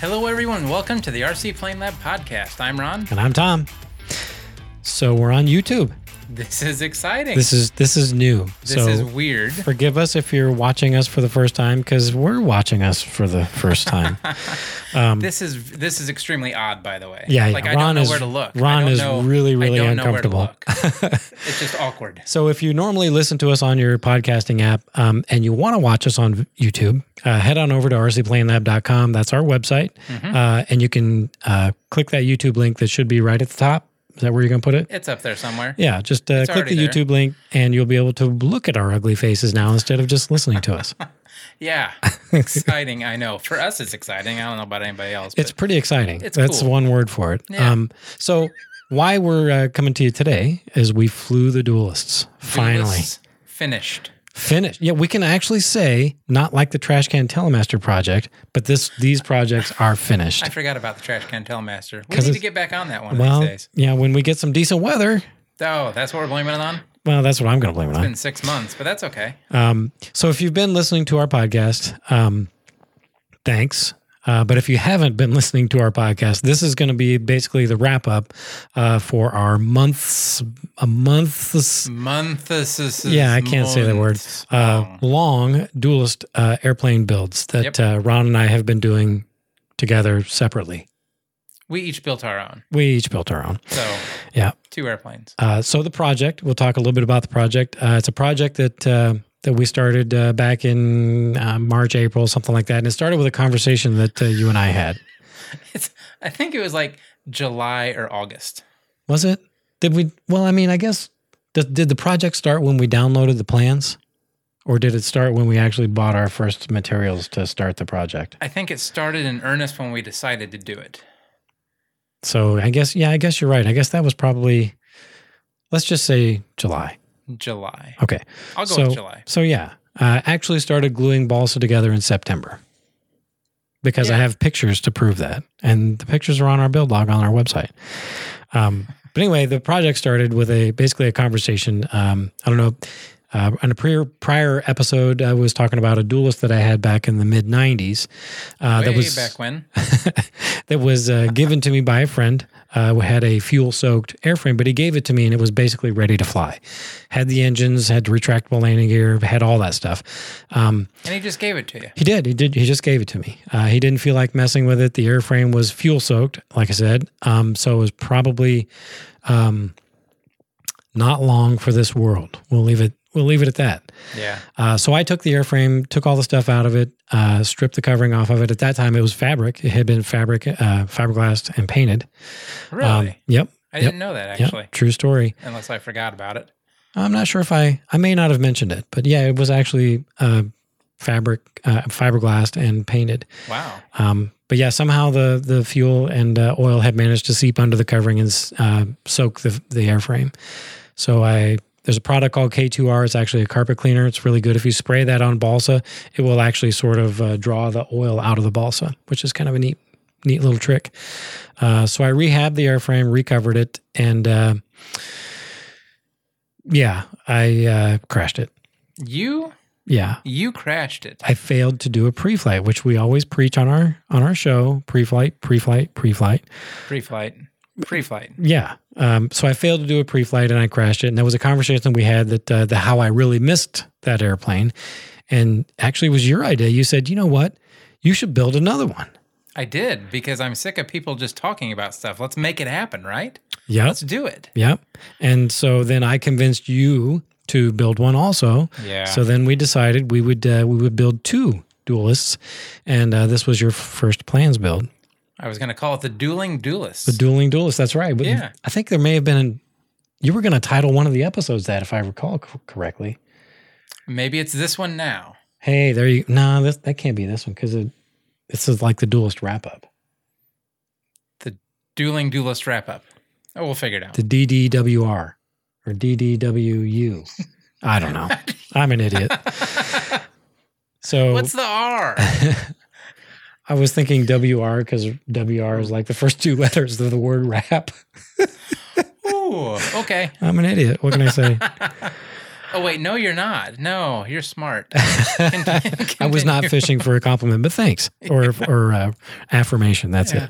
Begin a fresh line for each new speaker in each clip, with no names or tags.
Hello, everyone. Welcome to the RC Plane Lab podcast. I'm Ron.
And I'm Tom. So we're on YouTube.
This is exciting.
This is this is new.
This
so
is weird.
forgive us if you're watching us for the first time because we're watching us for the first time.
This is this is extremely odd, by the way.
um, Yeah, yeah.
like I
Ron
don't know
is-
where to look. I
Ron
don't
is
know-
really, really
I don't know where to
uncomfortable.
look. it's just awkward.
so if you normally listen to us on your podcasting app um, and you want to watch us on YouTube, uh, head on over to rcplanelab.com. That's our website,
Mm-hmm.
uh, and you can uh, click that YouTube link that should be right at the top. Is that where you're going to put it?
It's up there somewhere.
Yeah, just uh, click
already
the
there.
YouTube link and you'll be able to look at our ugly faces now instead of just listening to us.
Yeah, exciting. I know. For us, it's exciting. I don't know about anybody else.
It's
but
pretty exciting.
It's
That's
cool.
one word for it.
Yeah.
Um, so, why we're uh, coming to you today is we flew the duelists. Finally,
duelists finished.
finished. Yeah, we can actually say not like the Trash Can Telemaster project, but this these projects are finished.
I forgot about the trash can telemaster. We
'Cause
need to
it's-
get back on that one of
well,
these days.
yeah, when we get some decent weather,
Oh, that's what we're blaming it on.
well, that's what I'm going to blame it on.
Been six months, but that's okay.
Um, so if you've been listening to our podcast, um, thanks. Uh, but if you haven't been listening to our podcast, this is going to be basically the wrap up uh, for our months, a months.
Months.
Yeah, I can't say that word.
months
Uh,
long.
long duelist uh, airplane builds that uh, Ron and I have been doing together separately.
we each built our own.
We each built our own.
So
Yeah.
two airplanes.
Uh, so the project, we'll talk a little bit about the project. Uh, it's a project that uh, that we started uh, back in uh, March, April, something like that, and it started with a conversation that uh, you and I had.
It's, I think it was like July or August.
Was it? Did we? Well, I mean, I guess did, did the project start when we downloaded the plans, or did it start when we actually bought our first materials to start the project?
I think it started in earnest when we decided to do it.
So I guess, yeah, I guess you're right. I guess that was probably, let's just say July.
July.
Okay.
I'll go
so,
with July.
So yeah, uh, actually started gluing balsa together in September because I
Yeah.
have pictures to prove that, and the pictures are on our build log on our website. Um, but anyway, the project started with a basically a conversation. Um, I don't know. Uh, on a prior prior episode, I was talking about a duelist that I had back in the mid '90s. Uh,
Way
that was
back when.
that was uh, given to me by a friend. Uh, we had a fuel soaked airframe, but he gave it to me and it was basically ready to fly. Had the engines, had retractable landing gear, had all that stuff. Um,
And he just gave it to you.
he did. He did. He just gave it to me. Uh, he didn't feel like messing with it. The airframe was fuel soaked, like I said. Um, so it was probably um, not long for this world. We'll leave it. We'll leave it at that.
Yeah.
Uh, so I took the airframe, took all the stuff out of it, uh, stripped the covering off of it. At that time, it was fabric. It had been fabric, uh, fiberglassed and painted. Um,
Really?
yep.
I didn't know that
Yep.
actually,
True story.
unless I forgot about it.
I'm not sure if I, I may not have mentioned it, but yeah, it was actually uh, fabric, uh, fiberglassed and painted.
Wow.
Um, but yeah, somehow the the fuel and uh, oil had managed to seep under the covering and s- uh, soak the the airframe. So I there's a product called K2R. It's actually a carpet cleaner. It's really good. If you spray that on balsa, it will actually sort of uh, draw the oil out of the balsa, which is kind of a neat neat little trick. Uh, so I rehabbed the airframe, recovered it, and uh, yeah, I uh, crashed it.
You
Yeah,
you crashed it.
I failed to do a pre-flight, which we always preach on our on our show: pre-flight, pre-flight, pre-flight.
Pre-flight. Pre-flight.
Yeah. Um, so I failed to do a pre-flight and I crashed it. And that was a conversation we had that uh, the how I really missed that airplane, and actually it was your idea. You said, you know what, you should build another one.
I did because I'm sick of people just talking about stuff. Let's make it happen, right?
Yep.
Let's do it.
Yep. And so then I convinced you to build one also.
Yeah.
So then we decided we would uh, we would build two duelists, and uh, this was your first plans build.
I was going to call it the dueling duelist.
The Dueling Duelist. That's right. But
Yeah.
I think there may have been. You were going to title one of the episodes that, if I recall c- correctly.
Maybe it's this one now.
Hey, there you. No, this that can't be this one because it. This is like the Duelist wrap up.
Dueling duelist wrap up. Oh, we'll figure it out.
The DDWR or DDWU. I don't know. I'm an idiot. So
What's the R?
I was thinking WR because WR is like the first two letters of the word wrap.
Ooh, okay.
I'm an idiot. What can I say?
Oh wait, no, you're not. No, you're smart.
I was not fishing for a compliment, but thanks or or uh, affirmation. That's it.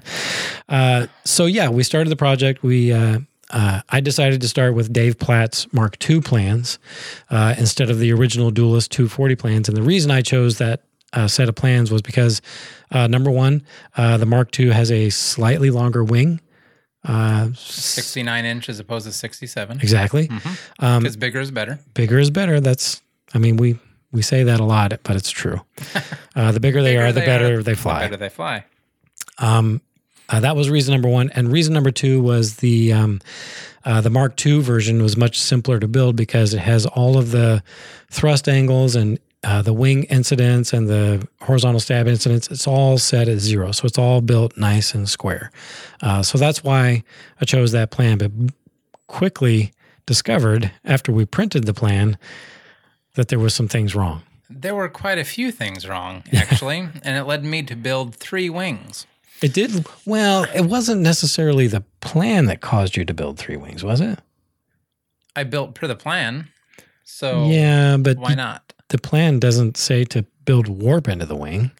Uh, so yeah, we started the project. We uh, uh, I decided to start with Dave Platt's Mark II plans uh, instead of the original Duelist 240 plans, and the reason I chose that uh, set of plans was because uh, number one, uh, the Mark II has a slightly longer wing. Uh, s-
69 inch as opposed to 67.
exactly.
Mm-hmm.
Um,
Because bigger is better.
bigger is better. That's, I mean, we we say that a lot, but it's true. Uh, the bigger they
Bigger
are, the
they
better
are,
they fly.
Better they fly.
Um, uh, that was reason number one, and reason number two was the um, uh, the Mark II version was much simpler to build because it has all of the thrust angles and uh, the wing incidents and the horizontal stab incidents. It's all set at zero, so it's all built nice and square. Uh, so that's why I chose that plan. But quickly discovered after we printed the plan that there was some things wrong.
There were quite a few things wrong, actually, and it led me to build three wings.
It did well. It wasn't necessarily the plan that caused you to build three wings, was it?
I built per the plan. So
yeah, but
why not?
the plan doesn't say to build warp into the wing.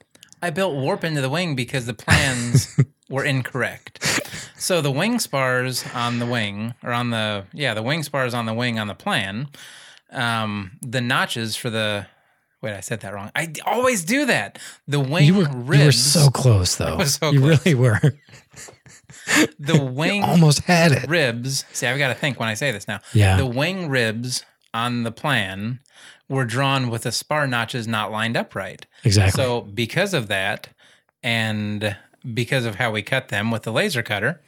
I built warp into the wing because the plans were incorrect. So the wing spars on the wing, or on the yeah, the wing spars on the wing on the plan. Um, the notches for the wait, I said that wrong. I d- always do that. The wing
You were
ribs.
you were so close though.
was so
you
close.
really were.
the wing
Almost had it.
ribs. See, I've got to think when I say this now.
Yeah.
The wing ribs on the plan were drawn with the spar notches not lined up right.
Exactly.
So because of that, and because of how we cut them with the laser cutter,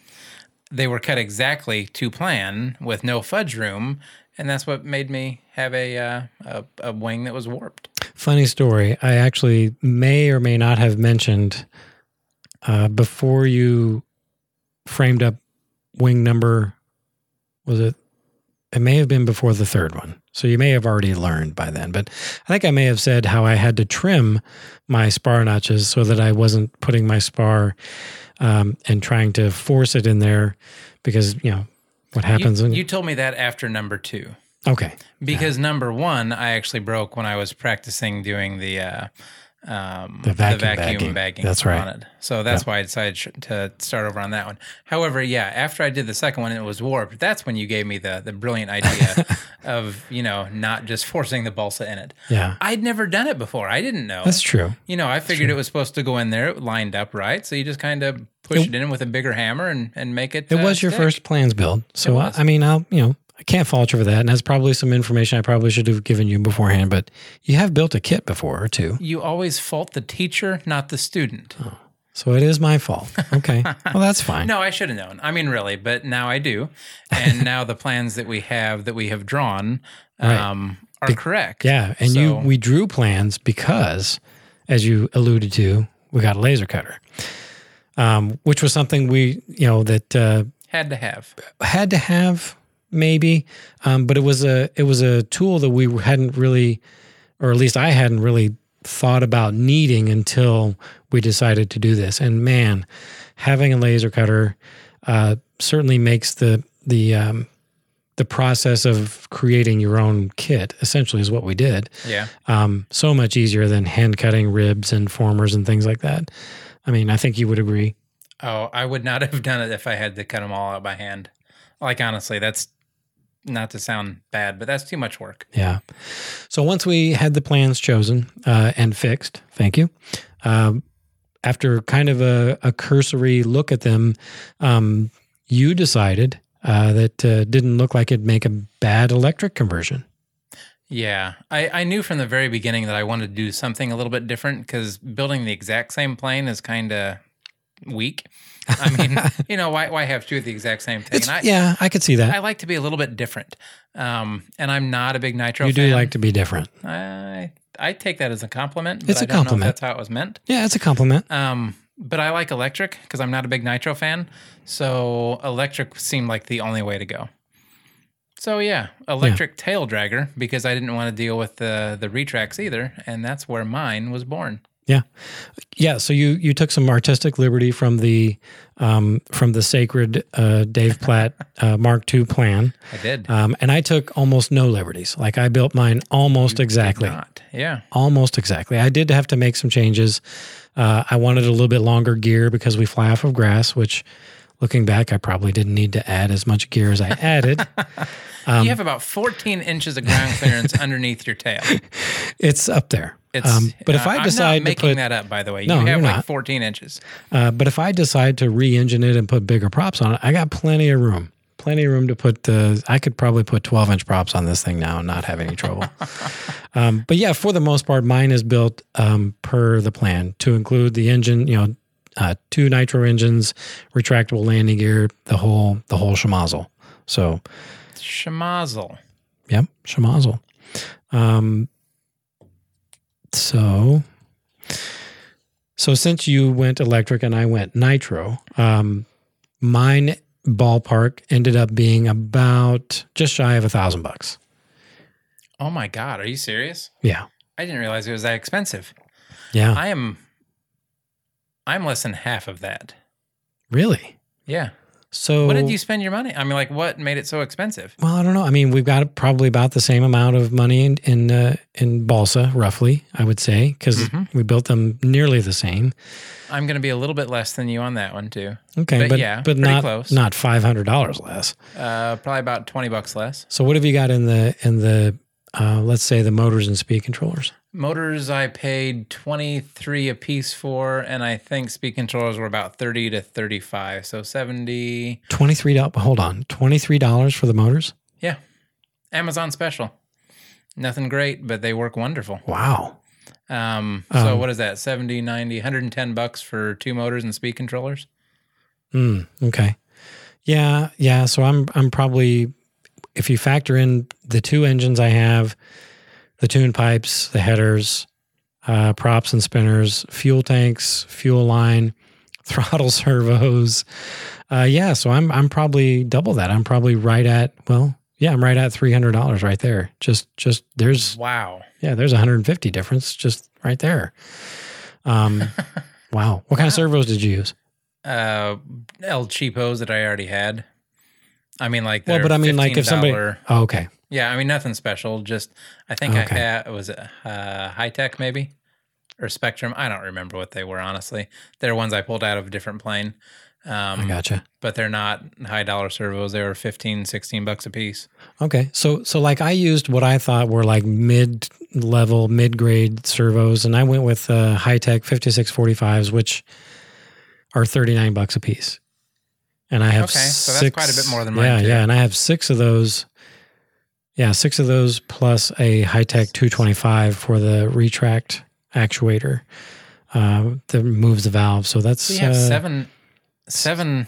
they were cut exactly to plan with no fudge room, and that's what made me have a uh, a, a wing that was warped.
Funny story. I actually may or may not have mentioned uh, before you framed up wing number. Was it? It may have been before the third one. So you may have already learned by then. But I think I may have said how I had to trim my spar notches so that I wasn't putting my spar um, and trying to force it in there because you know what
You,
happens when
you told me that after number two,
okay
because number one I actually broke when I was practicing doing the. Uh, um,
The vacuum bagging. That's right.
on it. So that's why I decided sh- to start over on that one. However, yeah, after I did the second one and it was warped, that's when you gave me the the brilliant idea of you know not just forcing the balsa in it.
yeah
I'd never done it before. I didn't know.
that's true
you know, I figured it was supposed to go in there, it lined up right. So you just kind of push it, in with a bigger hammer and and make it.
It
uh,
was your
stick.
first plans build. So I,
was.
I mean, I'll you know I can't fault you for that, and that's probably some information I probably should have given you beforehand. But you have built a kit before or two,
You always fault the teacher, not the student.
so it is my fault. Okay, well that's fine.
No, I should have known. I mean, really, but now I do. And now the plans that we have that we have drawn um, are correct.
Yeah, and you
So-
we drew plans because, as you alluded to, we got a laser cutter, um, which was something we you know that uh,
had to have.
had to have maybe um, but it was a it was a tool that we hadn't really or at least i hadn't really thought about needing until we decided to do this and man having a laser cutter uh, certainly makes the the um, the process of creating your own kit essentially is what we did
Yeah,
um, so much easier than hand cutting ribs and formers and things like that i mean i think you would agree
Oh, I would not have done it if I had to cut them all out by hand. Like honestly, that's not to sound bad, but that's too much work.
Yeah. So once we had the plans chosen uh, and fixed, thank you. Um, after kind of a, a cursory look at them, um, you decided uh, that uh, didn't look like it'd make a bad electric conversion.
Yeah, I, I knew from the very beginning that I wanted to do something a little bit different because building the exact same plane is kind of weak. I mean, you know, why why have two of the exact same thing?
It's,
And I,
yeah, I could see that.
I like to be a little bit different, um, and I'm not a big nitro.
you do
fan.
like to be different.
I I take that as a compliment. But
It's
I
a
don't know if
compliment.
that's how it was meant.
Yeah, it's a compliment.
Um, but I like electric because I'm not a big nitro fan. So electric seemed like the only way to go. So yeah, electric tail dragger because I didn't want to deal with the the retracts either, and that's where mine was born.
Yeah, yeah. So you you took some artistic liberty from the um, from the sacred uh, Dave Platt uh, Mark II plan,
I did.
um, and I took almost no liberties. Like I built mine almost exactly,
Not. Yeah.
almost exactly. I did have to make some changes. Uh, I wanted a little bit longer gear because we fly off of grass, which. Looking back, I probably didn't need to add as much gear as I added. um,
you have about 14 inches of ground clearance underneath your tail.
it's up there.
It's,
um, but if
uh,
I
I'm
decide
not
to
making
put
that up, by the way,
No,
you have
you're
like
not.
14 inches.
Uh, but if I decide to re-engine it and put bigger props on it, I got plenty of room. Plenty of room to put the. I could probably put 12 inch props on this thing now and not have any trouble. um, but yeah, for the most part, mine is built um, per the plan to include the engine. You know, uh, two nitro engines, retractable landing gear, the whole the whole schmozzle. So
Schmozzle.
Yep, Schmozzle. Um, so, so since you went electric and I went nitro, um, mine ballpark ended up being about just shy of a thousand bucks.
Oh my God. Are you serious?
Yeah,
I didn't realize it was that expensive.
yeah,
I am, I'm less than half of that.
really.
Yeah.
So,
What did you spend your money? I mean, like, what made it so expensive?
Well, I don't know. I mean, we've got probably about the same amount of money in in, uh, in balsa, roughly. I would say because
Mhm.
we built them nearly the same.
I'm going to be a little bit less than you on that one too.
Okay,
But
but but,
yeah, pretty
not
close.
not five hundred dollars less.
Uh, probably about 20 bucks less.
So what have you got in the in the uh, let's say the motors and speed controllers?
Motors I paid 23 a piece for, and I think speed controllers were about 30 to 35. So 70.
Twenty three dollars. Hold on, twenty three dollars for the motors.
Yeah. Amazon special. Nothing great, but they work wonderful.
Wow.
Um, so
Um,
what is that? 70, 90, 110 bucks for two motors and speed controllers?
Hmm. okay. Yeah. Yeah. So I'm I'm probably if you factor in the two engines I have, the tune pipes, the headers, uh, props and spinners, fuel tanks, fuel line, throttle servos. Uh, yeah. So I'm I'm probably double that. I'm probably right at well. Yeah, I'm right at three hundred dollars right there. Just, just there's
Wow.
Yeah, there's 150 difference just right there. Um, wow. What kind of servos did you use?
Uh, El Cheapos that I already had. I mean, like,
Well,
they're
but I mean, like, if somebody-
$15
Oh, okay.
Yeah, I mean nothing special. Just I think
Okay.
I had was it uh, high tech maybe or Spectrum. I don't remember what they were honestly. They're ones I pulled out of a different plane,
I
um,
gotcha.
but they're not high dollar servos. They were 15, 16 bucks a piece.
Okay. So, so like I used what I thought were like mid level, mid grade servos, and I went with uh, high tech 5645s, which are 39 bucks a piece. And I have
Okay, so that's
six-
quite a bit more than
Yeah.
mine, too.
Yeah. And I have six of those. Yeah. Six of those plus a high tech 225 for the retract actuator. Uh, that moves the valve, so that's
So you have
uh,
seven, seven,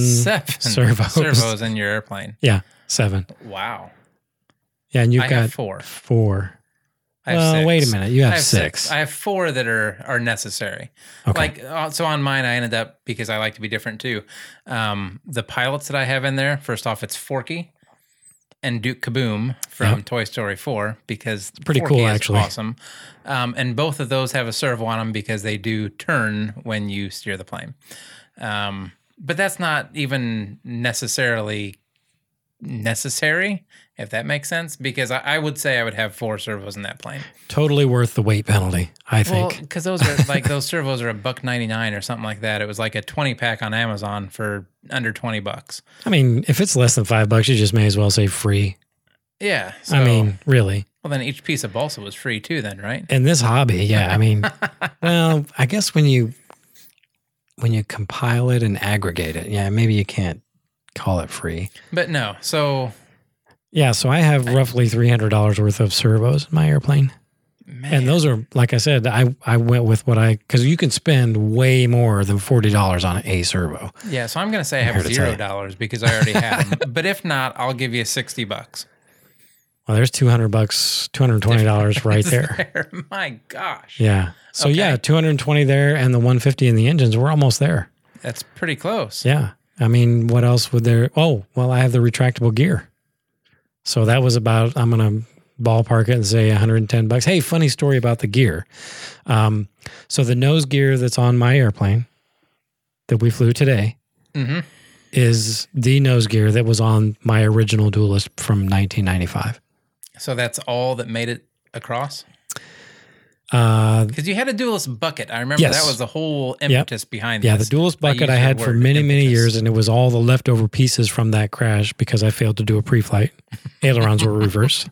seven
servos.
servos in your airplane.
yeah, seven.
Wow,
Yeah, and you've
I
got
have four.
four.
I have
well,
six.
wait a minute, you have,
I have
six.
six. I have four that are are necessary.
okay,
Like uh, so on mine, I ended up because I like to be different too. Um, the pilots that I have in there, first off, it's Forky and Duke Kaboom from Toy Story Four because
pretty
Forky
cool,
is
actually.
awesome. Um, and both of those have a servo on them because they do turn when you steer the plane. Um, but that's not even necessarily necessary, if that makes sense. Because I, I would say I would have four servos in that plane.
totally worth the weight penalty. I
Well,
think.
because those are like those servos are a buck ninety nine or something like that. It was like a twenty pack on Amazon for under twenty bucks.
I mean, if it's less than five bucks, you just may as well say free.
Yeah, so,
I mean, really.
well, then each piece of balsa was free too, then, right?
In this hobby, yeah. I mean, well, I guess when you when you compile it and aggregate it, yeah, maybe you can't call it free.
But no, so
Yeah, so I have roughly three hundred dollars worth of servos in my airplane.
man,
And those are, like I said, I, I went with what I, because you can spend way more than $40 on a servo.
yeah. So I'm gonna say I have
Here to tell
zero
you.
dollars because I already have them. but if not, I'll give you sixty bucks.
Well, there's 200 bucks, $220 right there.
My gosh,
Yeah. So
Okay.
yeah, 220 there and the 150 in the engines, we're almost there.
that's pretty close.
Yeah. I mean, what else would there? Oh, well, I have the retractable gear. So that was about, I'm going to ballpark it and say 110 bucks. Hey, funny story about the gear. Um, so the nose gear that's on my airplane that we flew today
Mm-hmm.
is the nose gear that was on my original Duelist from 1995.
So that's all that made it across?
Uh,
Because you had a duelist bucket. I remember
Yes.
that was the whole impetus behind
yeah, the
this.
Duelist
I
bucket I
use that
had for
word,
many, many
impetus.
years, and it was all the leftover pieces from that crash because I failed to do a pre-flight. Ailerons were reversed.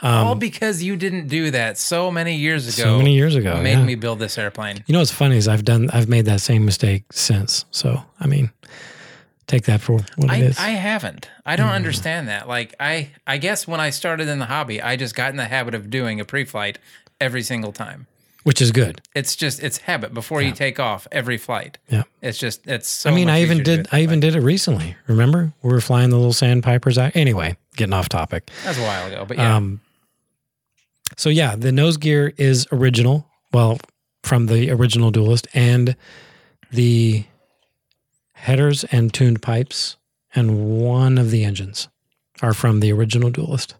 Um,
all because you didn't do that so many years ago.
so many years ago,
made
yeah.
me build this airplane.
You know what's funny is I've done I've made that same mistake since. So I mean, take that for what it
I,
is. Mm.
I haven't. I don't understand that. Like I I guess when I started in the hobby, I just got in the habit of doing a pre-flight every single time.
which is good.
It's just it's habit before you take off every flight.
Yeah.
It's just it's so
I mean,
much
I even
easier to do
did
it
I
that way.
even did it recently. Remember, we were flying the little sandpipers out. Anyway, getting off topic.
That was a while ago, but yeah.
Um, so yeah, the nose gear is original. Well, from the original Duelist, and the headers and tuned pipes, and one of the engines are from the original Duelist.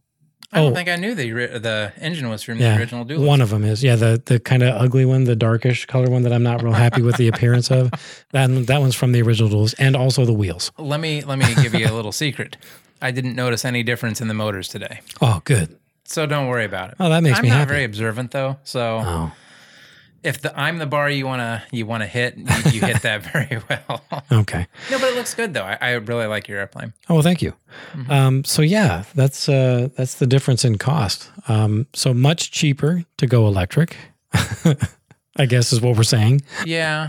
I don't
oh.
think I knew the ri- the engine was from
Yeah.
the original Duelist.
One of them is yeah the the kind of ugly one, the darkish color one that I'm not real happy with the appearance of. That that one's from the original Duels and also the wheels.
Let me let me give you a little secret. I didn't notice any difference in the motors today,
Oh, good.
so don't worry about it.
Oh, that makes
I'm
me
not
happy.
very observant though, so
oh,
if the I'm the bar you wanna you wanna hit, you, you hit that very well. no,
okay.
but it looks good though. I, I really like your airplane.
Oh, well, thank you. Um, so yeah, that's uh, that's the difference in cost. Um, so much cheaper to go electric. I guess is what we're saying.
Yeah.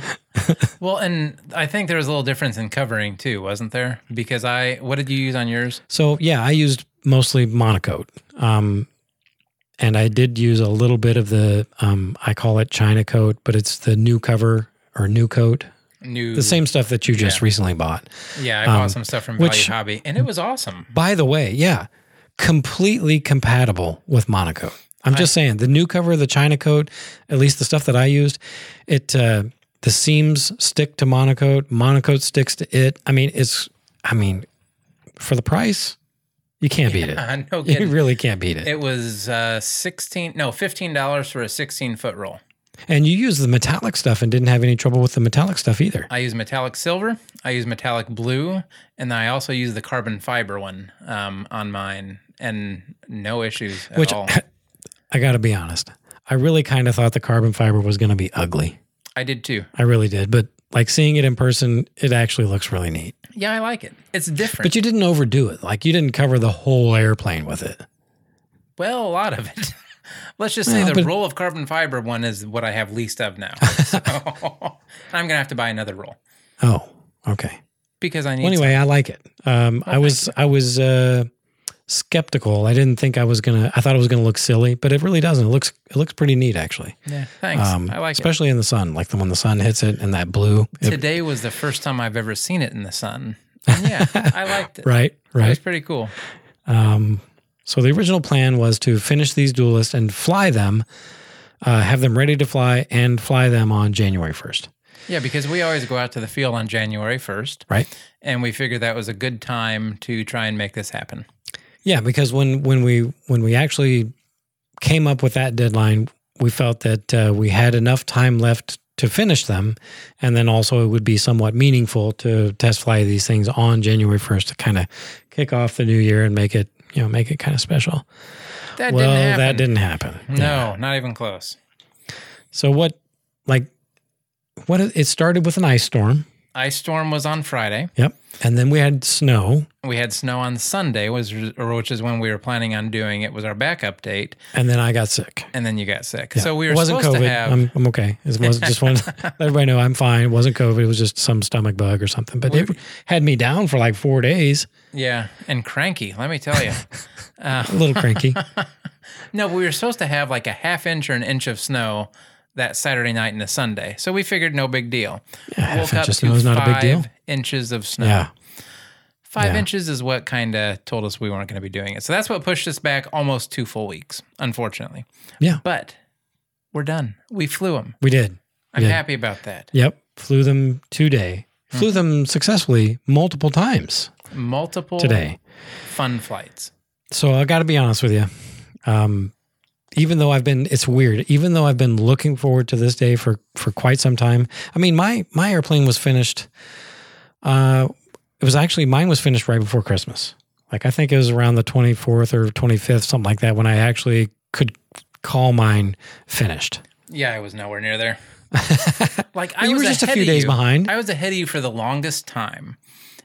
well, and I think there was a little difference in covering too, wasn't there? Because I what did you use on yours?
So yeah, I used mostly monocoat, um, and I did use a little bit of the um, I call it China coat, but it's the new cover or new coat,
New
the same stuff that you just recently bought.
Yeah, I bought
um,
some stuff from
which-
Value Hobby and it was awesome.
By the way, yeah, completely compatible with Monaco. I'm just saying the new cover of the China coat, at least the stuff that I used, it uh, the seams stick to Monaco, Monaco sticks to it. I mean, it's I mean, for the price, you can't beat it.
Uh, no
You
kidding.
really can't beat it.
It was uh, sixteen, no, fifteen dollars for a sixteen foot roll.
And you used the metallic stuff and didn't have any trouble with the metallic stuff either.
I use metallic silver, I use metallic blue, and I also use the carbon fiber one um, on mine, and no issues at
Which-
all.
I got to be honest. I really kind of thought the carbon fiber was going to be ugly.
I did too.
I really did, but like seeing it in person, it actually looks really neat.
Yeah, I like it. It's different.
But you didn't overdo it. Like you didn't cover the whole airplane with it.
well, a lot of it. Let's just say
Well,
the
but-
roll of carbon fiber one is what I have least of now. So I'm gonna have to buy another roll
Oh, okay.
because I need.
Well, anyway, I like it. Um, I
thank
was I was uh, skeptical. I didn't think I was gonna. I thought it was gonna look silly, but it really doesn't. It looks it looks pretty neat actually. Um,
some- yeah, thanks. I like it.
especially in the sun, like the when the sun hits it and that blue. it-
Today was the first time I've ever seen it in the sun. And yeah, I liked it.
right,
It
right.
was pretty cool.
Um, so the original plan was to finish these duelists and fly them, uh, have them ready to fly, and fly them on January first.
Yeah, because we always go out to the field on January 1st,
Right.
and we figured that was a good time to try and make this happen.
Yeah, because when when we when we actually came up with that deadline, we felt that uh, we had enough time left to finish them, and then also it would be somewhat meaningful to test fly these things on January first to kind of kick off the new year and make it you know make it kind of special.
That
well,
didn't happen.
that didn't happen. Yeah.
No, not even close.
So what like what it started with an ice storm.
Ice storm was on Friday.
Yep, and then we had snow,
We had snow on Sunday, was or which is when we were planning on doing it. Was our backup date,
and then I got sick.
and then you got sick.
Yeah.
So we were
it wasn't
supposed
COVID.
to have.
I'm, I'm okay. It was just one. let everybody know I'm fine. It wasn't COVID. It was just some stomach bug or something. But it had me down for like four days.
yeah, and cranky. Let me tell you.
A little cranky.
No, we were supposed to have like a half inch or an inch of snow that Saturday night and a Sunday. So we figured no big deal.
Yeah, half inch of snow is not a big deal.
five Inches of snow.
Yeah,
Five
Yeah.
inches is what kind of told us we weren't going to be doing it. So that's what pushed us back almost two full weeks, unfortunately.
Yeah.
But we're done. We flew them.
we did.
I'm
Yeah.
happy about that.
Yep, flew them today. Flew
Hmm.
them successfully multiple times
Multiple
today.
fun flights.
So I got to be honest with you. Um, even though I've been, it's weird. Even though I've been looking forward to this day for for quite some time. I mean, my my airplane was finished. Uh, it was actually mine was finished right before Christmas. Like I think it was around the twenty fourth or twenty fifth, something like that, when I actually could call mine finished.
Yeah, I was nowhere near there. Like I
you
was
were just a
ahead
few
of
days
you.
behind.
I was ahead of you for the longest time.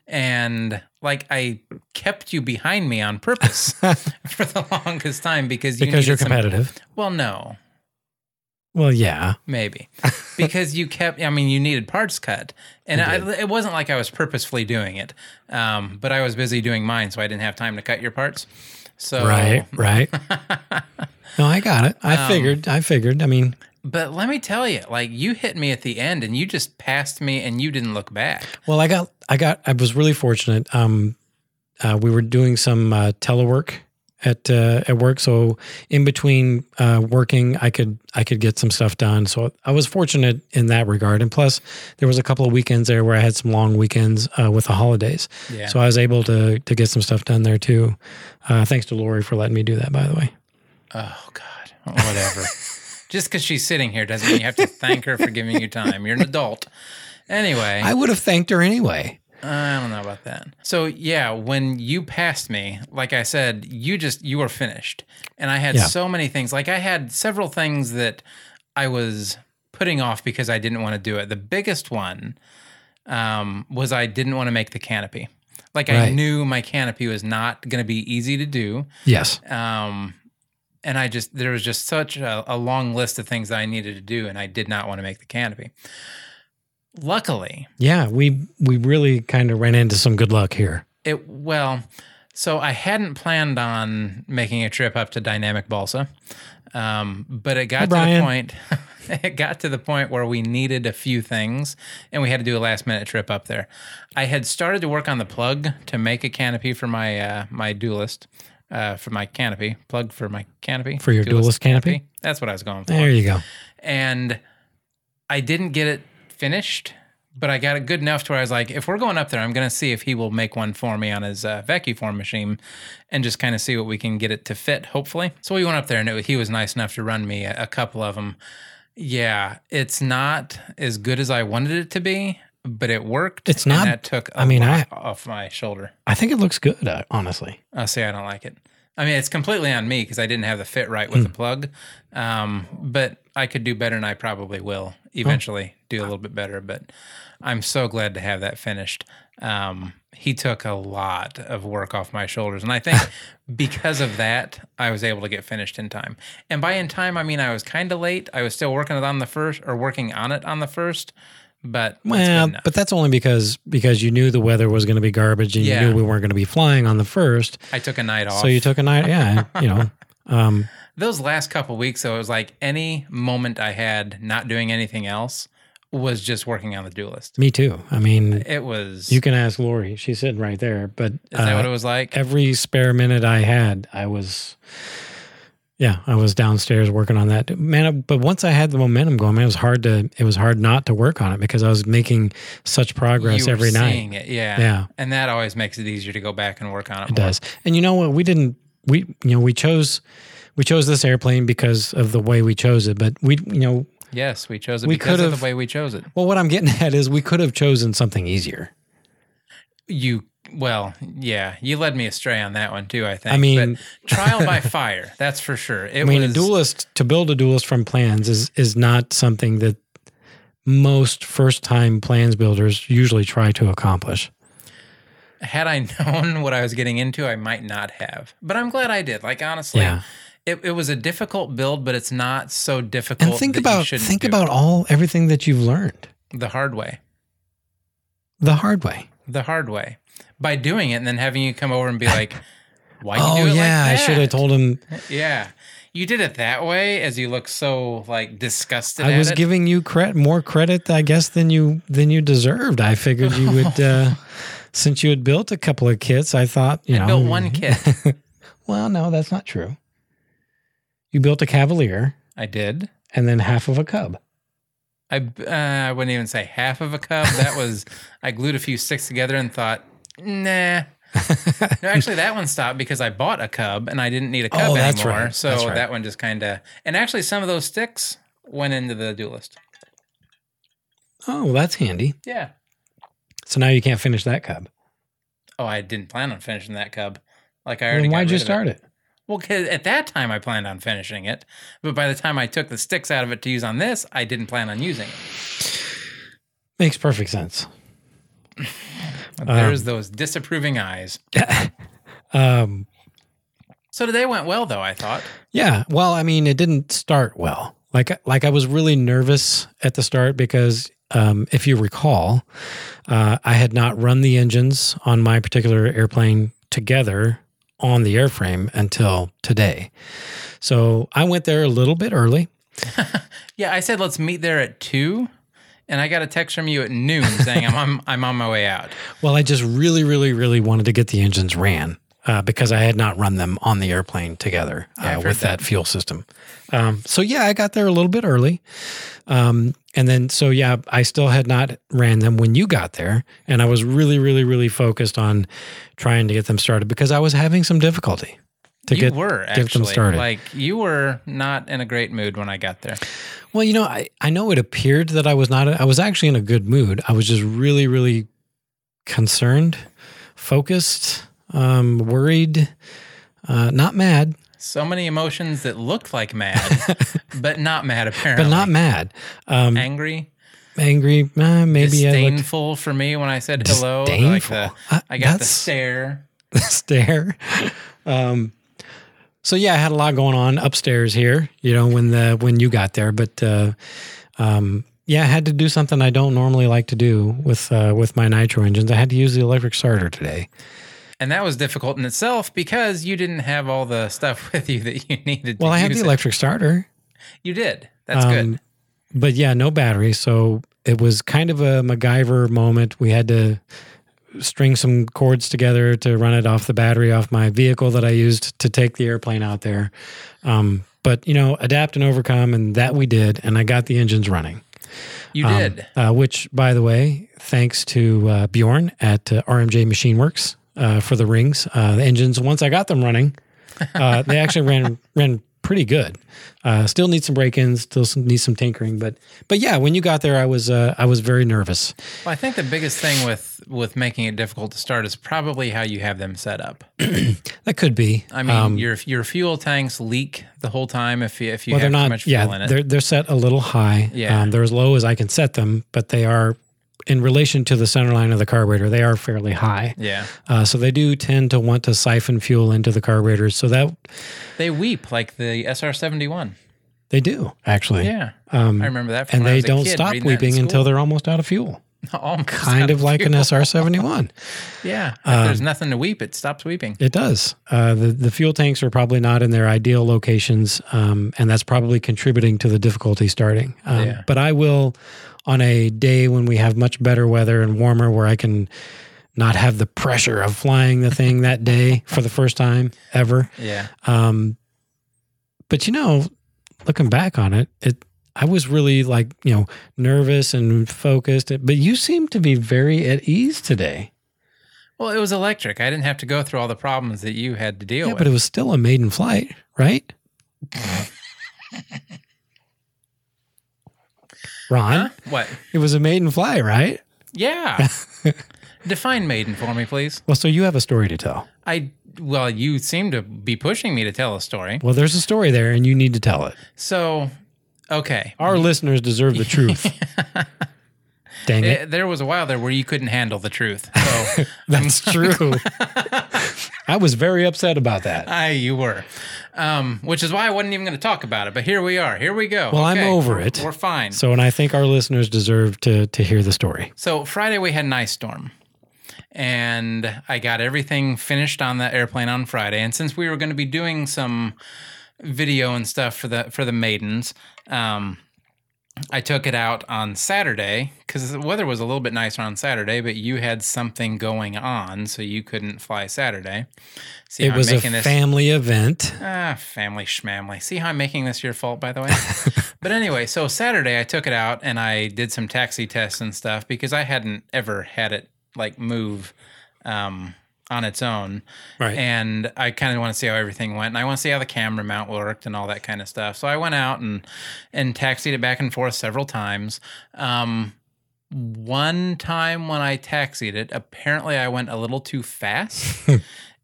And like I kept you behind me on purpose for the longest time because you
because
needed
you're
some-
competitive.
well, no,
Well, yeah.
maybe because you kept. I mean, you needed parts cut, and I, it wasn't like I was purposefully doing it. Um, but I was busy doing mine, so I didn't have time to cut your parts. So
Right, right. no, I got it. I
Um,
figured. I figured. I mean,
But let me tell you, like you hit me at the end, and you just passed me, and you didn't look back.
well, I got, I got, I was really fortunate. Um, uh, we were doing some uh, telework at uh, at work, so in between uh, working, I could I could get some stuff done. So I was fortunate in that regard, and plus, there was a couple of weekends there where I had some long weekends uh, with the holidays,
Yeah.
so I was able to to get some stuff done there too. Uh, thanks to Lori for letting me do that, by the way.
Oh God. Whatever. Just because she's sitting here doesn't mean you have to thank her for giving you time. You're an adult. Anyway,
I would have thanked her anyway.
I don't know about that. So yeah, when you passed me, like I said, you just you were finished. And I had
Yeah.
so many things. Like I had several things that I was putting off because I didn't want to do it. The biggest one um, was I didn't want to make the canopy. Like I
Right.
knew my canopy was not going to be easy to do
Yes.
um, and I just there was just such a, a long list of things that I needed to do, and I did not want to make the canopy. Luckily,
Yeah, we we really kind of ran into some good luck here.
it well, so I hadn't planned on making a trip up to Dynamic Balsa, um, but it got to the
Brian.
point. It got to the point where we needed a few things and we had to do a last minute trip up there. I had started to work on the plug to make a canopy for my uh, my duelist, uh, for my canopy, plug for my canopy.
For your duelist canopy?
That's what I was going for.
There you go.
and I didn't get it finished, but I got it good enough to where I was like, if we're going up there, I'm going to see if he will make one for me on his uh, vacuform machine and just kind of see what we can get it to fit, hopefully. So we went up there and it, he was nice enough to run me a, a couple of them. Yeah, it's not as good as I wanted it to be, but it worked.
It's
and
not-
that took I
I mean,
mean,
I-
off my shoulder.
I think it looks good, uh, honestly.
Oh, see, I don't like it. I mean, it's completely on me because I didn't have the fit right
Hmm.
with the plug. Um, but I could do better, and I probably will eventually do a little bit better. But I'm so glad to have that finished. Um, he took a lot of work off my shoulders, and I think because of that, I was able to get finished in time. And by in time, I mean I was kind of late. I was still working it on the first, or working on it on the first. But that's good
Well,
enough.
but that's only because because you knew the weather was going to be garbage and
Yeah.
you knew we weren't going to be flying on the first.
I took a night off.
So you took a night, yeah, you know. Um,
those last couple weeks though it was like any moment i had not doing anything else was just working on the duelist
me too. I mean,
it was
you can ask Lori; she's sitting right there. But
is that
uh,
what it was like
every spare minute I had, I was, yeah, I was downstairs working on that. Man, uh, but once I had the momentum going, man, it was hard to, it was hard not to work on it because I was making such progress
you were
every night.
seeing it yeah
Yeah.
and that always makes it easier to go back and work on it,
It
more.
does. And you know what? We didn't, we, you know, we chose, we chose this airplane because of the way we chose it, but we, you know,
yes we chose it
We
because of
could've-
the way we chose it
well, what I'm getting at is we could have chosen something easier.
you well yeah you led me astray on that one too i think
I mean-
but trial by fire that's for sure it
I mean,
was
a duelist to build a duelist from plans is is not something that most first time plans builders usually try to accomplish.
had I known what I was getting into, I might not have. But I'm glad I did. Like honestly,
Yeah.
it, it was a difficult build, but it's not so difficult.
And think
that you
about
shouldn't
think
do
about all everything that you've learned
it. the hard way.
the hard way.
The hard way by doing it, and then having you come over and be like, "Why?
oh
you do it
yeah,
like
I should have
that?"
told him
Yeah, you did it that way, as you look so like disgusted.
I
at
was
it.
giving you cre- more credit, I guess, than you than you deserved. I figured you would, uh, since you had built a couple of kits. I thought you
I
know,
built one kit.
Well, no, that's not true. You built a Cavalier
I did.
and then half of a Cub.
I uh, I wouldn't even say half of a cup. That was I glued a few sticks together and thought, nah, No, actually, that one stopped because I bought a cub and I didn't need a cub
Oh, that's
anymore.
right.
So
That's right.
that one just kind of. And actually, some of those sticks went into the duelist.
Oh, well, that's handy.
Yeah.
So now you can't finish that cub.
Oh, I didn't plan on finishing that cub. Like I already.
Then why'd
got
you
rid of it.
start it?
Well, 'cause at that time I planned on finishing it, but by the time I took the sticks out of it to use on this, I didn't plan on using it.
Makes perfect sense.
But There's those disapproving eyes.
Um,
So today went well, though I thought.
yeah. Well, I mean, it didn't start well. Like, like I was really nervous at the start because, um, if you recall, uh, I had not run the engines on my particular airplane together on the airframe until today. So I went there a little bit early.
Yeah, I said let's meet there at two, and I got a text from you at noon saying I'm on, I'm on my way out.
Well, I just really, really, really wanted to get the engines ran uh, because I had not run them on the airplane together uh,
I've heard
with that, fuel system. Um, so yeah, I got there a little bit early, um, and then so yeah, I still had not ran them when you got there, and I was really, really, really focused on trying to get them started because I was having some difficulty to
you
get
were
them
actually
started.
like you were not in a great mood when I got there.
Well, you know, I, I know it appeared that I was not, I was actually in a good mood. I was just really, really concerned, focused, um, worried, uh, not mad,
So many emotions that looked like mad, but not mad apparently.
but not mad. Um,
angry,
angry, uh, maybe I looked
disdainful for me when I said hello. Like the,
disdainful. Uh,
I got the
that's-
stare.
the stare. Um, so yeah, I had a lot going on upstairs here, you know, when the, when you got there, but, uh, um, yeah, I had to do something I don't normally like to do with, uh, with my nitro engines. I had to use the electric starter today.
And that was difficult in itself because you didn't have all the stuff with you that you needed.
Well,
to
I had um,
use
the
it.
electric starter.
You did. That's good.
But yeah, no battery. So it was kind of a MacGyver moment. We had to string some cords together to run it off the battery off my vehicle that I used to take the airplane out there. Um, but you know, adapt and overcome, and that we did. And I got the engines running.
You
Um,
did.
uh, which, by the way, thanks to uh, Bjorn at uh, RMJ Machine Works uh, for the rings. Uh, the engines, once I got them running, uh, they actually ran ran pretty good. Uh, still need some break ins. Still some, need some tinkering. But but yeah, when you got there, I was uh, I was very nervous.
Well, I think the biggest thing with with making it difficult to start is probably how you have them set up.
That could be.
I mean,
Um,
your your fuel tanks leak the whole time if you, if you
well, they're
have too
not.
much fuel in
Yeah,
it.
they're they're set a little high.
Yeah.
um, they're as low as I can set them, but they are. In relation to the center line of the carburetor, they are fairly high.
Yeah,
Uh, so they do tend to want to siphon fuel into the carburetors. So that
they weep like the SR seventy one.
They do actually,
Yeah,
Um,
I remember that. From
and
when I
they
was a
don't
kid,
stop
reading that in
weeping until
school.
they're almost out of fuel.
Almost out
Kind of like an
fuel.
SR seventy one.
Yeah, if there's
Um,
nothing to weep, it stops weeping.
It does. Uh, the the fuel tanks are probably not in their ideal locations, um, and that's probably contributing to the difficulty starting. Um,
Yeah.
But I will, on a day when we have much better weather and warmer, where I can not have the pressure of flying the thing that day for the first time ever.
Yeah,
Um, but you know, looking back on it, it I was really like you know nervous and focused. But you seem to be very at ease today.
well, it was electric. I didn't have to go through all the problems that you had to deal
Yeah,
with.
but it was still a maiden flight, right? Ron,
Huh? What?
it was a maiden flight, right?
Yeah. Define maiden for me, please.
Well, so you have a story to tell.
I well, you seem to be pushing me to tell a story.
Well, there's a story there, and you need to tell it.
So, okay.
Our listeners deserve the truth. Dang it.
Eh, there was a while there where you couldn't handle the truth. So,
That's true. I was very upset about that.
I you were, um, which is why I wasn't even going to talk about it. But here we are. Here we go.
Well, I'm over it.
We're fine.
So, and I think our listeners deserve to to hear the story.
So Friday we had an ice storm, and I got everything finished on the airplane on Friday. And since we were going to be doing some video and stuff for the for the maidens, um, I took it out on Saturday because the weather was a little bit nicer on Saturday. But you had something going on, so you couldn't fly Saturday. See,
It
how
was
I'm
a
making this
family event.
Ah, family schmamly. See how I'm making this your fault, by the way? but anyway, so Saturday I took it out and I did some taxi tests and stuff because I hadn't ever had it like move um, on its own.
Right.
And I kind of want to see how everything went, and I want to see how the camera mount worked and all that kind of stuff. So I went out and and taxied it back and forth several times. Um, one time when I taxied it, apparently I went a little too fast,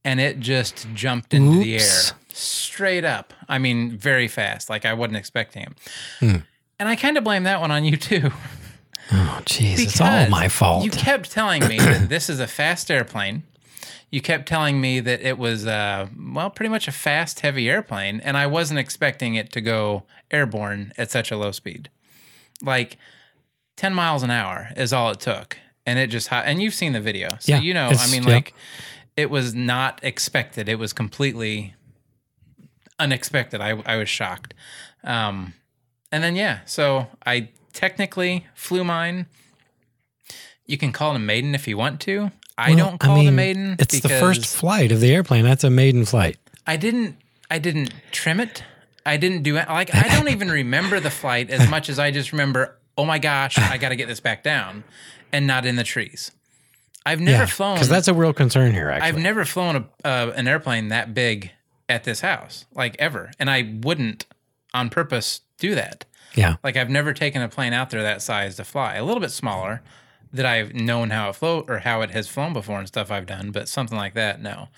and it just jumped into the
Oops.
air straight up. I mean, very fast. Like I wasn't expecting it.
Hmm.
And I kind of blame that one on you too.
Oh, jeez. It's all
Because
my fault.
You kept telling me that this is a fast airplane. You kept telling me that it was, uh, well, pretty much a fast, heavy airplane, and I wasn't expecting it to go airborne at such a low speed. Like 10 miles an hour is all it took. And it just, hi- and you've seen the video. So
Yeah,
you know, I
it's-
mean,
yep.
like, it was not expected. It was completely unexpected. I, I was shocked. Um, and then, yeah, so I technically flew mine. You can call it a maiden if you want to. I
Well,
don't call it a maiden.
It's the first
because
flight of the airplane. That's a maiden flight.
I didn't. I didn't trim it. I didn't do it. Like I don't even remember the flight as much as I just remember. Oh my gosh! I got to get this back down, and not in the trees. I've never
yeah.
flown.
Because that's a real concern here,
I've
actually.
never flown a, uh, an airplane that big at this house, like ever, and I wouldn't on purpose do that.
yeah.
Like I've never taken a plane out there that size to fly. A little bit smaller that I've known how it float or how it has flown before and stuff I've done, but something like that, no.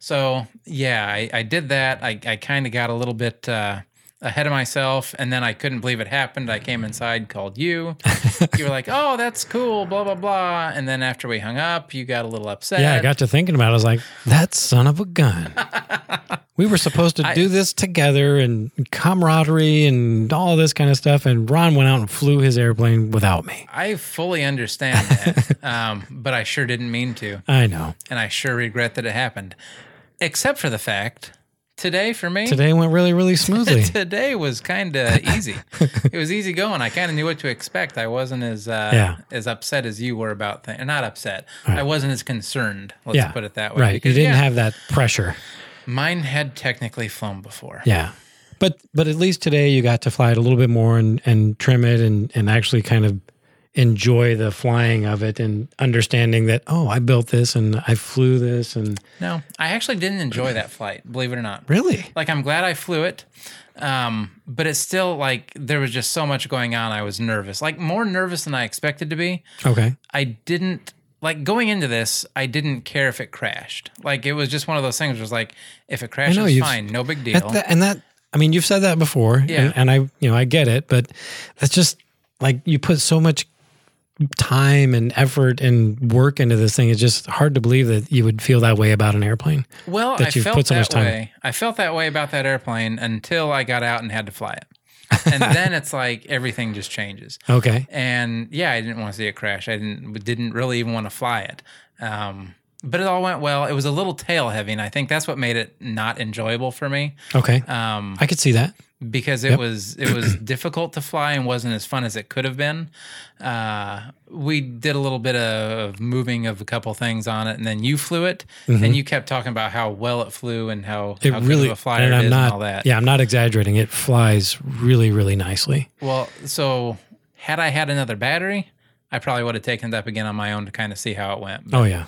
So yeah, I, I did that. I, I kind of got a little bit uh, ahead of myself, and then I couldn't believe it happened. I came inside, called you. you were like, "Oh, that's cool," blah blah blah. And then after we hung up, you got a little upset.
Yeah, I got to thinking about it. I was like, that son of a gun. we were supposed to do this together and camaraderie and all this kind of stuff. And Ron went out and flew his airplane without me.
I fully understand that, um, but I sure didn't mean to.
I know.
and I sure regret that it happened. Except for the fact today for me,
Today went really, really smoothly.
today was kind of easy. it was easy going. I kind of knew what to expect. I wasn't as uh,
Yeah.
as upset as you were about things. Not upset. I wasn't as concerned. Let's
yeah.
put it that way.
Right.
Because,
you didn't
yeah,
have that pressure.
mine had technically flown before.
Yeah. But but at least today you got to fly it a little bit more and, and trim it and, and actually kind of enjoy the flying of it and understanding that, oh, I built this and I flew this and
No, I actually didn't enjoy that flight. Believe it or not.
really
Like I'm glad I flew it, um, but it's still like there was just so much going on. I was nervous, like more nervous than I expected to be.
Okay.
I didn't like going into this. I didn't care if it crashed. Like it was just one of those things. Was like if it crashes,
you've-
fine, no big deal.
That, that, and that I mean you've said that before.
Yeah.
And, and I you know, I get it, but that's just like you put so much time and effort and work into this thing. It's just hard to believe that you would feel that way about an airplane.
well,
that
I
you've
felt
put so
that
much time-
way. I felt that way about that airplane until I got out and had to fly it, and then it's like everything just changes.
Okay.
And yeah, I didn't want to see it crash. I didn't didn't really even want to fly it. Um, but it all went well. It was a little tail heavy, and I think that's what made it not enjoyable for me.
Okay.
Um,
I could see that.
because it was it was difficult to fly and wasn't as fun as it could have been. Uh, we did a little bit of moving of a couple things on it, and then you flew it, and you kept talking about how well it flew and how
Mm-hmm. It
how
really
good of a flyer
and
it
I'm
is
not,
and all that.
Yeah, I'm not exaggerating. It flies really, really nicely.
Well, so had I had another battery, I probably would have taken it up again on my own to kind of see how it went. But
Oh yeah,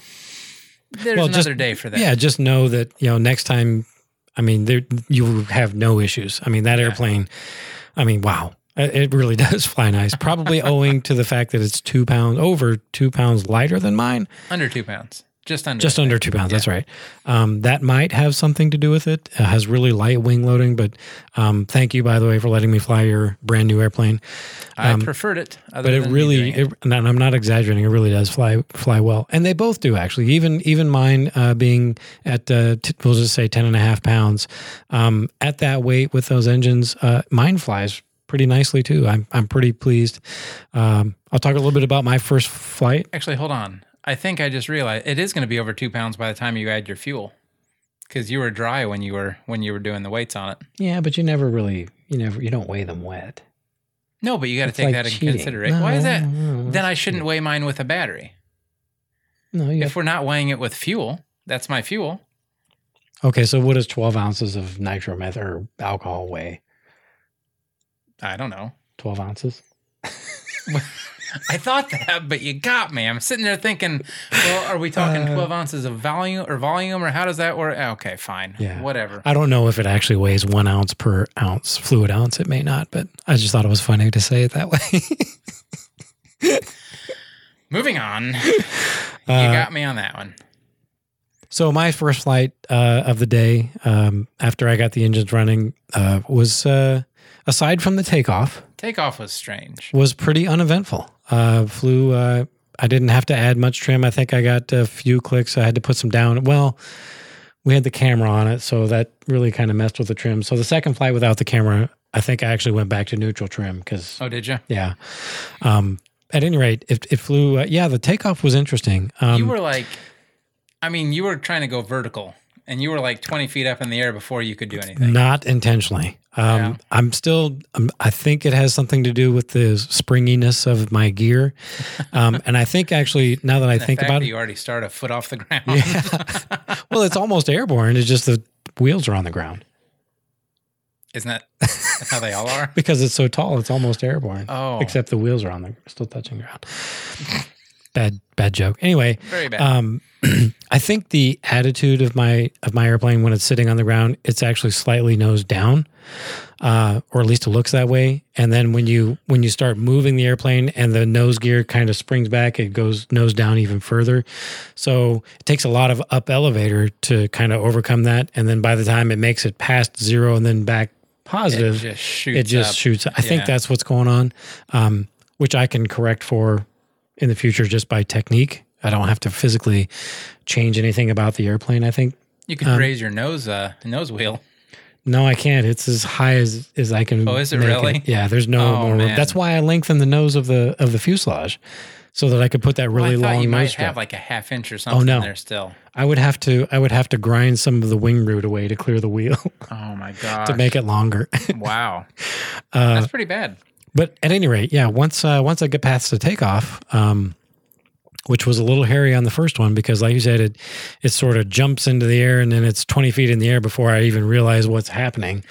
there's
Oh, well, just-
another day for that.
yeah. Just know that you know next time. I mean, there you will have no issues. I mean, that airplane. I mean, wow, it it really does fly nice. Probably owing to the fact that it's two pounds over two pounds lighter than mine,
Under two pounds, just under.
just under two pounds. That's right. Um, that might have something to do with it. It has really light wing loading, but um, thank you by the way for letting me fly your brand new airplane.
I preferred it, other
um, but it
than me
really
doing
it, and i'm not exaggerating it really does fly fly well and they both do actually even even mine uh, being at uh, t- we'll just say 10 and a half pounds um, at that weight with those engines uh, mine flies pretty nicely too i'm, I'm pretty pleased um, i'll talk a little bit about my first flight
Actually, hold on. I think I just realized it is going to be over two pounds by the time you add your fuel, because you were dry when you were when you were doing the weights on it.
yeah but you never really you never you don't weigh them wet
No, but you got to
It's
take
like
that
cheating.
into consideration.
No,
Why is that?
no, no, no,
then I shouldn't weigh mine with a battery.
no you
If we're not weighing it with fuel, that's my fuel.
okay so what is 12 ounces of nitrometh or alcohol weigh
I don't know.
12 ounces
I thought that, but you got me. I'm sitting there thinking, well, are we talking
Uh,
12 ounces of volume or volume or how does that work? Okay, fine.
Yeah.
Whatever.
I don't know if it actually weighs one ounce per ounce, fluid ounce. It may not, but I just thought it was funny to say it that way.
Moving on. you
Uh,
got me on that one.
So my first flight uh, of the day um, after I got the engines running uh, was, uh, aside from the takeoff,
Takeoff was strange.
was pretty uneventful. Uh, flew. Uh, I didn't have to add much trim. I think I got a few clicks. I had to put some down. Well, we had the camera on it, so that really kind of messed with the trim. So the second flight without the camera, I think I actually went back to neutral trim because
Oh, did you?
yeah. Um, at any rate, it, it flew. Uh, yeah, the takeoff was interesting. Um,
you were like, I mean, you were trying to go vertical and you were like 20 feet up in the air before you could do anything.
Not intentionally. Um,
Yeah.
I'm still. Um, I think it has something to do with the springiness of my gear, um, and I think actually now that I
The
think
fact
about
that
it,
you already start a foot off the ground.
yeah. well, it's almost airborne. It's just the wheels are on the ground
Isn't that how they all are?
because it's so tall. It's almost airborne,
Oh,
except the wheels are on the still touching ground. bad, bad joke. Anyway,
very bad.
um, I think the attitude of my of my airplane when it's sitting on the ground, it's actually slightly nose down, uh, or at least it looks that way. And then when you when you start moving the airplane and the nose gear kind of springs back, it goes nose down even further. So it takes a lot of up elevator to kind of overcome that. And then by the time it makes it past zero and then back
it
positive,
just shoots.
it just
up.
shoots. I think
Yeah.
that's what's going on, um, which I can correct for in the future just by technique. I don't have to physically change anything about the airplane. I think
You could raise your nose, uh, nose wheel.
no, I can't. It's as high as, as I can.
Oh, is it
make
really?
Yeah, there's no
Oh,
more. room.
man.
That's why I lengthened the nose of the of the fuselage so that I could put that really
I thought
long
you might
nose
have
strap. Oh,
like a half inch or something
no.
there still.
I would have to I would have to grind some of the wing root away to clear the wheel
Oh my god!
to make Uh, it longer.
wow, that's pretty bad.
But at any rate, yeah. Once uh, once I get past the takeoff, um, which was a little hairy on the first one because, like you said, it it sort of jumps into the air and then it's twenty feet in the air before I even realize what's happening.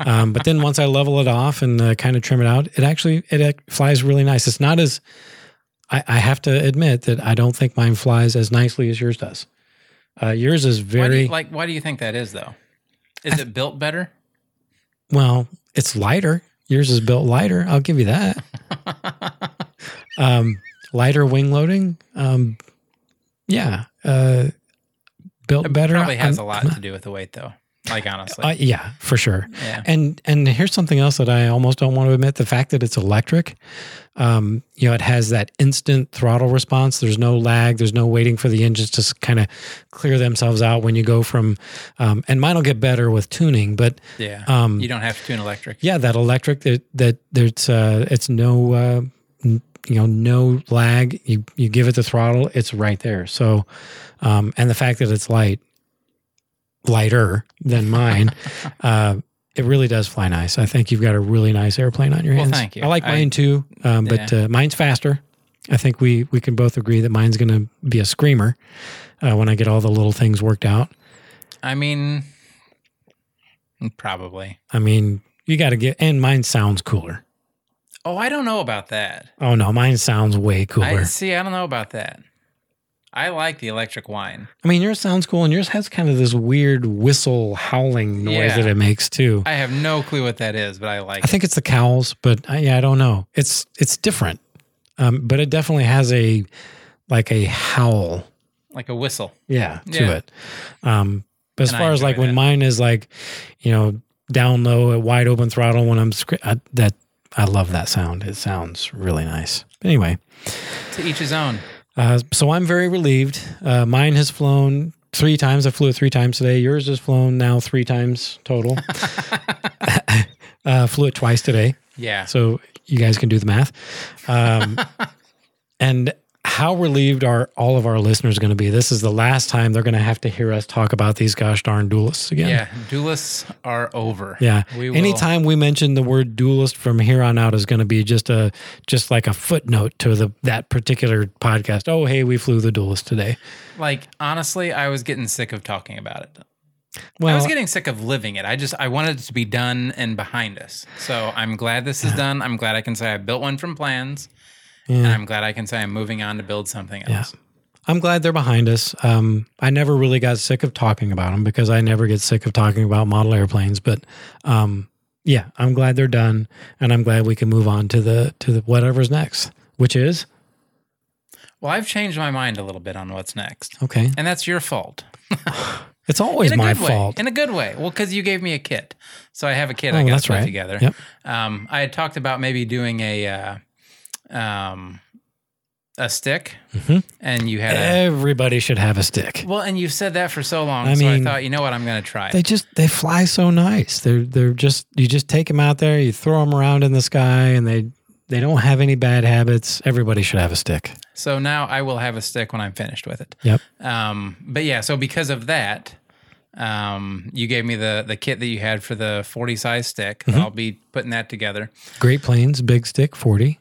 um, but then once I level it off and uh, kind of trim it out, it actually it, uh, flies really nice. It's not as I, I have to admit that I don't think mine flies as nicely as yours does. Uh, yours is
Why do
very
you, like, why do you think that is though? Is it built better?
well. It's lighter. Yours is built lighter. I'll give you that. um, lighter wing loading. Um, yeah, uh, built
It
better.
Probably has
I'm-
a lot to do with the weight though. Like honestly,
uh, yeah, for sure.
yeah.
And and here's something else that I almost don't want to admit: the fact that it's electric. Um, you know, it has that instant throttle response. There's no lag. There's no waiting for the engines to kind of clear themselves out when you go from. Um, and mine will get better with tuning, but
Yeah.
um,
you don't have to tune electric.
yeah, that electric that that there's uh, it's no uh, n- you know no lag. You you give it the throttle, it's right there. So, um, and the fact that it's light, lighter than mine, uh, it really does fly nice. I think you've got a really nice airplane on your
Well,
hands.
thank you.
I like
I-
mine too, um, but uh, mine's faster. I think we we can both agree that mine's going to be a screamer uh, when I get all the little things worked out.
I mean, probably.
I mean, you got to get, and mine sounds cooler.
Oh, I don't know about that.
Oh no, mine sounds way cooler.
I see. I don't know about that. I like the electric wine.
I mean, yours sounds cool, and yours has kind of this weird whistle howling noise
Yeah.
that it makes too. I,
I have no clue what that is, but I like. it.
think it's the cows, but I, yeah, I don't know. It's it's different, um, but it definitely has a like a howl,
like a whistle.
yeah, to
Yeah.
it. Um, but as
And I
far as like
enjoy
when
that.
mine is like, you know, down low at wide open throttle when I'm scr- I, that I love that sound. It sounds really nice. Anyway,
To each his own.
Uh, so I'm very relieved. Uh, mine has flown three times. I flew it three times today. Yours has flown now three times total. uh, flew it twice today.
Yeah.
So you guys can do the math. Um, and how relieved are all of our listeners going to be? This is the last time they're going to have to hear us talk about these gosh darn duelists again.
Yeah. Duelists are over.
Yeah.
We will-
Anytime we mention the word duelist from here on out is going to be just a just like a footnote to the that particular podcast. Oh, hey, we flew the duelist today.
Like honestly, I was getting sick of talking about it.
Well,
I was getting sick of living it. I just I wanted it to be done and behind us. So I'm glad this is done. I'm glad I can say I built one from plans, And
Yeah.
I'm glad I can say I'm moving on to build something
Yeah.
else.
I'm glad they're behind us. Um, I never really got sick of talking about them because I never get sick of talking about model airplanes. But um, yeah, I'm glad they're done, and I'm glad we can move on to the to the whatever's next, which is
Well, I've changed my mind a little bit on what's next.
okay.
And that's your fault.
It's always
in a
my
good
fault.
Way. In a good way. Well, because you gave me a kit. So I have a kit
Oh,
I got
that's
to put
right.
together.
Yep.
Um, I had talked about maybe doing a uh, um, a stick,
Mhm.
and you had a.
Everybody should have a stick.
Well, and you've said that for so long,
I
so I
mean,
thought, you know what, I'm going to try. it.
They just they fly so nice. They're they're just you just take them out there, you throw them around in the sky, and they they don't have any bad habits. Everybody should have a stick.
So now I will have a stick when I'm finished with it.
Yep.
Um, but yeah, so because of that, um, you gave me the the kit that you had for the 40 size stick.
Mm-hmm.
I'll be putting that together.
Great Plains Big Stick 40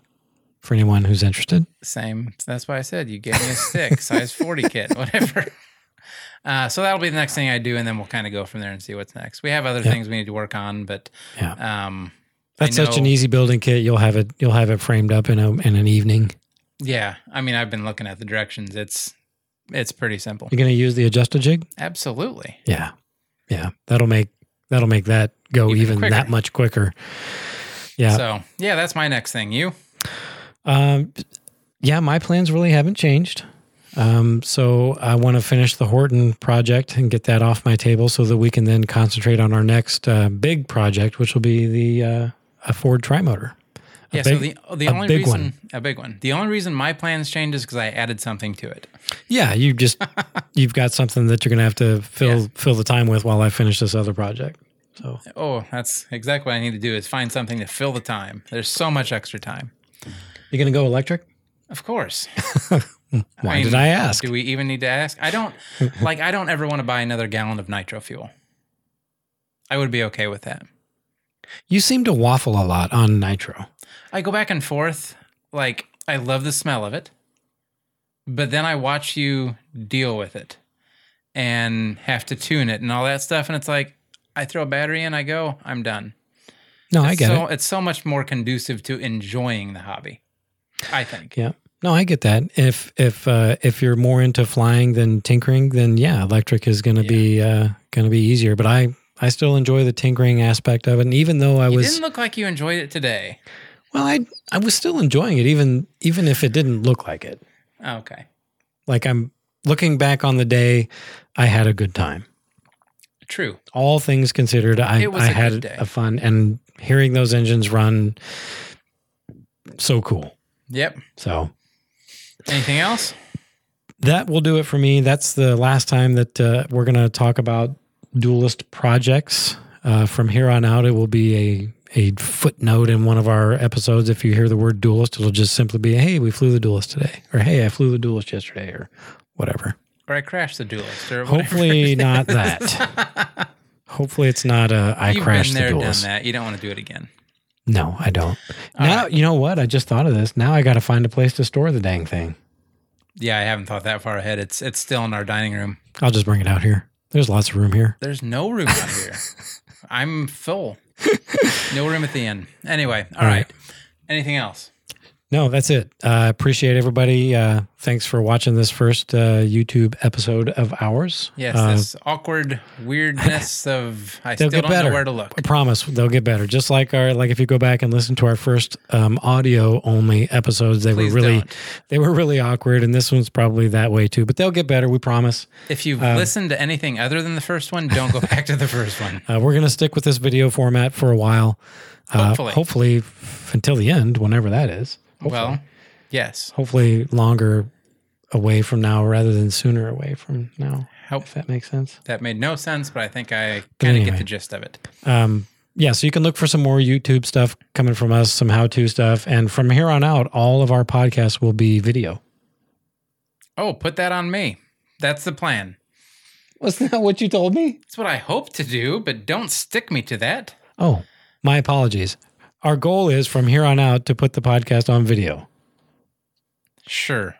for anyone who's interested.
Same. That's why I said you gave me a stick, size 40 kit, whatever. Uh, so that'll be the next thing I do, and then we'll kind of go from there and see what's next. We have other things we need to work on, but
Yeah.
um, I
That's such an
know-
easy building kit. You'll have it you'll have it framed up in a in an evening.
yeah, I mean, I've been looking at the directions. It's it's pretty simple.
You're going to use the adjuster jig?
Absolutely.
Yeah. Yeah. That'll make that'll make that go
Even
even,
quicker.
that much quicker. Yeah.
So yeah, that's my next thing. You
Um yeah, my plans really haven't changed. Um, so I want to finish the Horton project and get that off my table so that we can then concentrate on our next uh, big project, which will be the uh, a Ford Trimotor. A
Yeah, so
big-
the the
a
only
big
reason
one.
a big one. The only reason my plans changed is because I added something to it.
Yeah, you just you've got something that you're gonna have to fill fill the time with while I finish this other project. So
Oh, that's exactly what I need to do is find something to fill the time. There's so much extra time.
you're gonna go electric?
Of course.
Why did I ask?
Do we even need to ask? I don't like I don't ever want to buy another gallon of nitro fuel. I would be okay with that.
You seem to waffle a lot on nitro.
I go back and forth. Like I love the smell of it, but then I watch you deal with it and have to tune it and all that stuff, and it's like I throw a battery in, I go, I'm done.
No, Oh, I get
so
it.
it's so much more conducive to enjoying the hobby. I think.
Yeah. No, I get that. If if uh, if you're more into flying than tinkering, then yeah, electric is gonna be uh, gonna be easier. But I I still enjoy the tinkering aspect of it. And even though I
You
was
didn't look like you enjoyed it today.
well, I I was still enjoying it even even if it didn't look like it.
Okay.
Like I'm looking back on the day, I had a good time.
True.
all things considered, I,
It was
I
a
had
good day.
a fun and hearing those engines run so cool.
Yep.
So
Anything else?
that will do it for me. That's the last time that uh, we're going to talk about dualist projects. Uh, from here on out, it will be a, a footnote in one of our episodes. If you hear the word dualist, it'll just simply be, hey, we flew the dualist today, or hey, I flew the dualist yesterday, or whatever.
Or I crashed the duelist or whatever.
Hopefully, not that. Hopefully, it's not a I
You've
crashed
been there,
the
done
duelist.
that. You don't want to do it again.
No, I don't. now, you know what? I just thought of this. Now I got to find a place to store the dang thing.
Yeah, I haven't thought that far ahead. It's it's still in our dining room.
I'll just bring it out here. There's lots of room here.
There's no room out here. I'm full. No room at the end. Anyway, all
All
right.
right.
Anything else?
No, that's it. I uh, appreciate everybody. Uh, thanks for watching this first uh, YouTube episode of ours.
Yes,
Uh,
this awkward weirdness of I
they'll
still
get
don't
better.
know where to look.
I promise they'll get better. Just like our like if you go back and listen to our first um, audio only episodes, they
Please
were really
don't.
they were really awkward, and this one's probably that way too. But they'll get better. We promise.
If you've
Um,
listened to anything other than the first one, don't go back to the first one.
Uh, we're going to stick with this video format for a while. Uh,
Hopefully.
hopefully f- until the end, whenever that is.
Well, yes,
Hopefully longer away from now rather than sooner away from now,
help.
if that makes sense.
That made no sense, but I think I kind of get
anyway.
the gist of it.
Um, yeah, so you can look for some more YouTube stuff coming from us, some how to stuff. And from here on out, all of our podcasts will be video.
Oh, put that on me. That's the plan.
Wasn't that what you told me?
That's what I hope to do, but don't stick me to that.
Oh, my apologies. Our goal is from here on out to put the podcast on video.
Sure.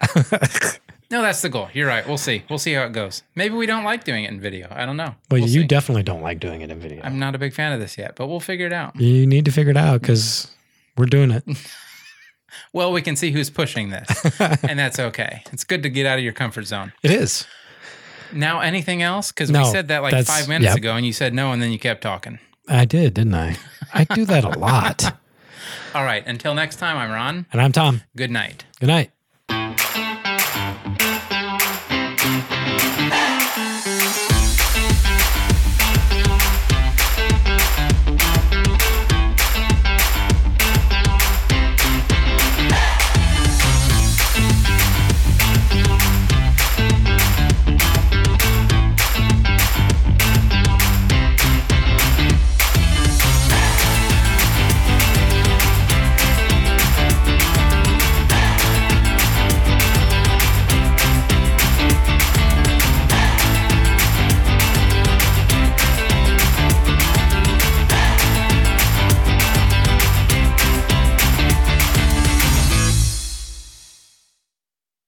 no, that's the goal. You're right. We'll see. We'll see how it goes. Maybe we don't like doing it in video. I don't know.
But
We'll
you
see.
definitely don't like doing it in video.
I'm not a big fan of this yet, but we'll figure it out.
you need to figure it out because we're doing it.
well, we can see who's pushing this, and that's okay. It's good to get out of your comfort zone.
It is.
Now, anything else? Because we
No,
said that like
that's-
five minutes
yep.
ago, and you said no, and then you kept talking.
I did, didn't I? I do that a lot.
All right. Until next time, I'm Ron.
And I'm Tom.
Good night.
Good night.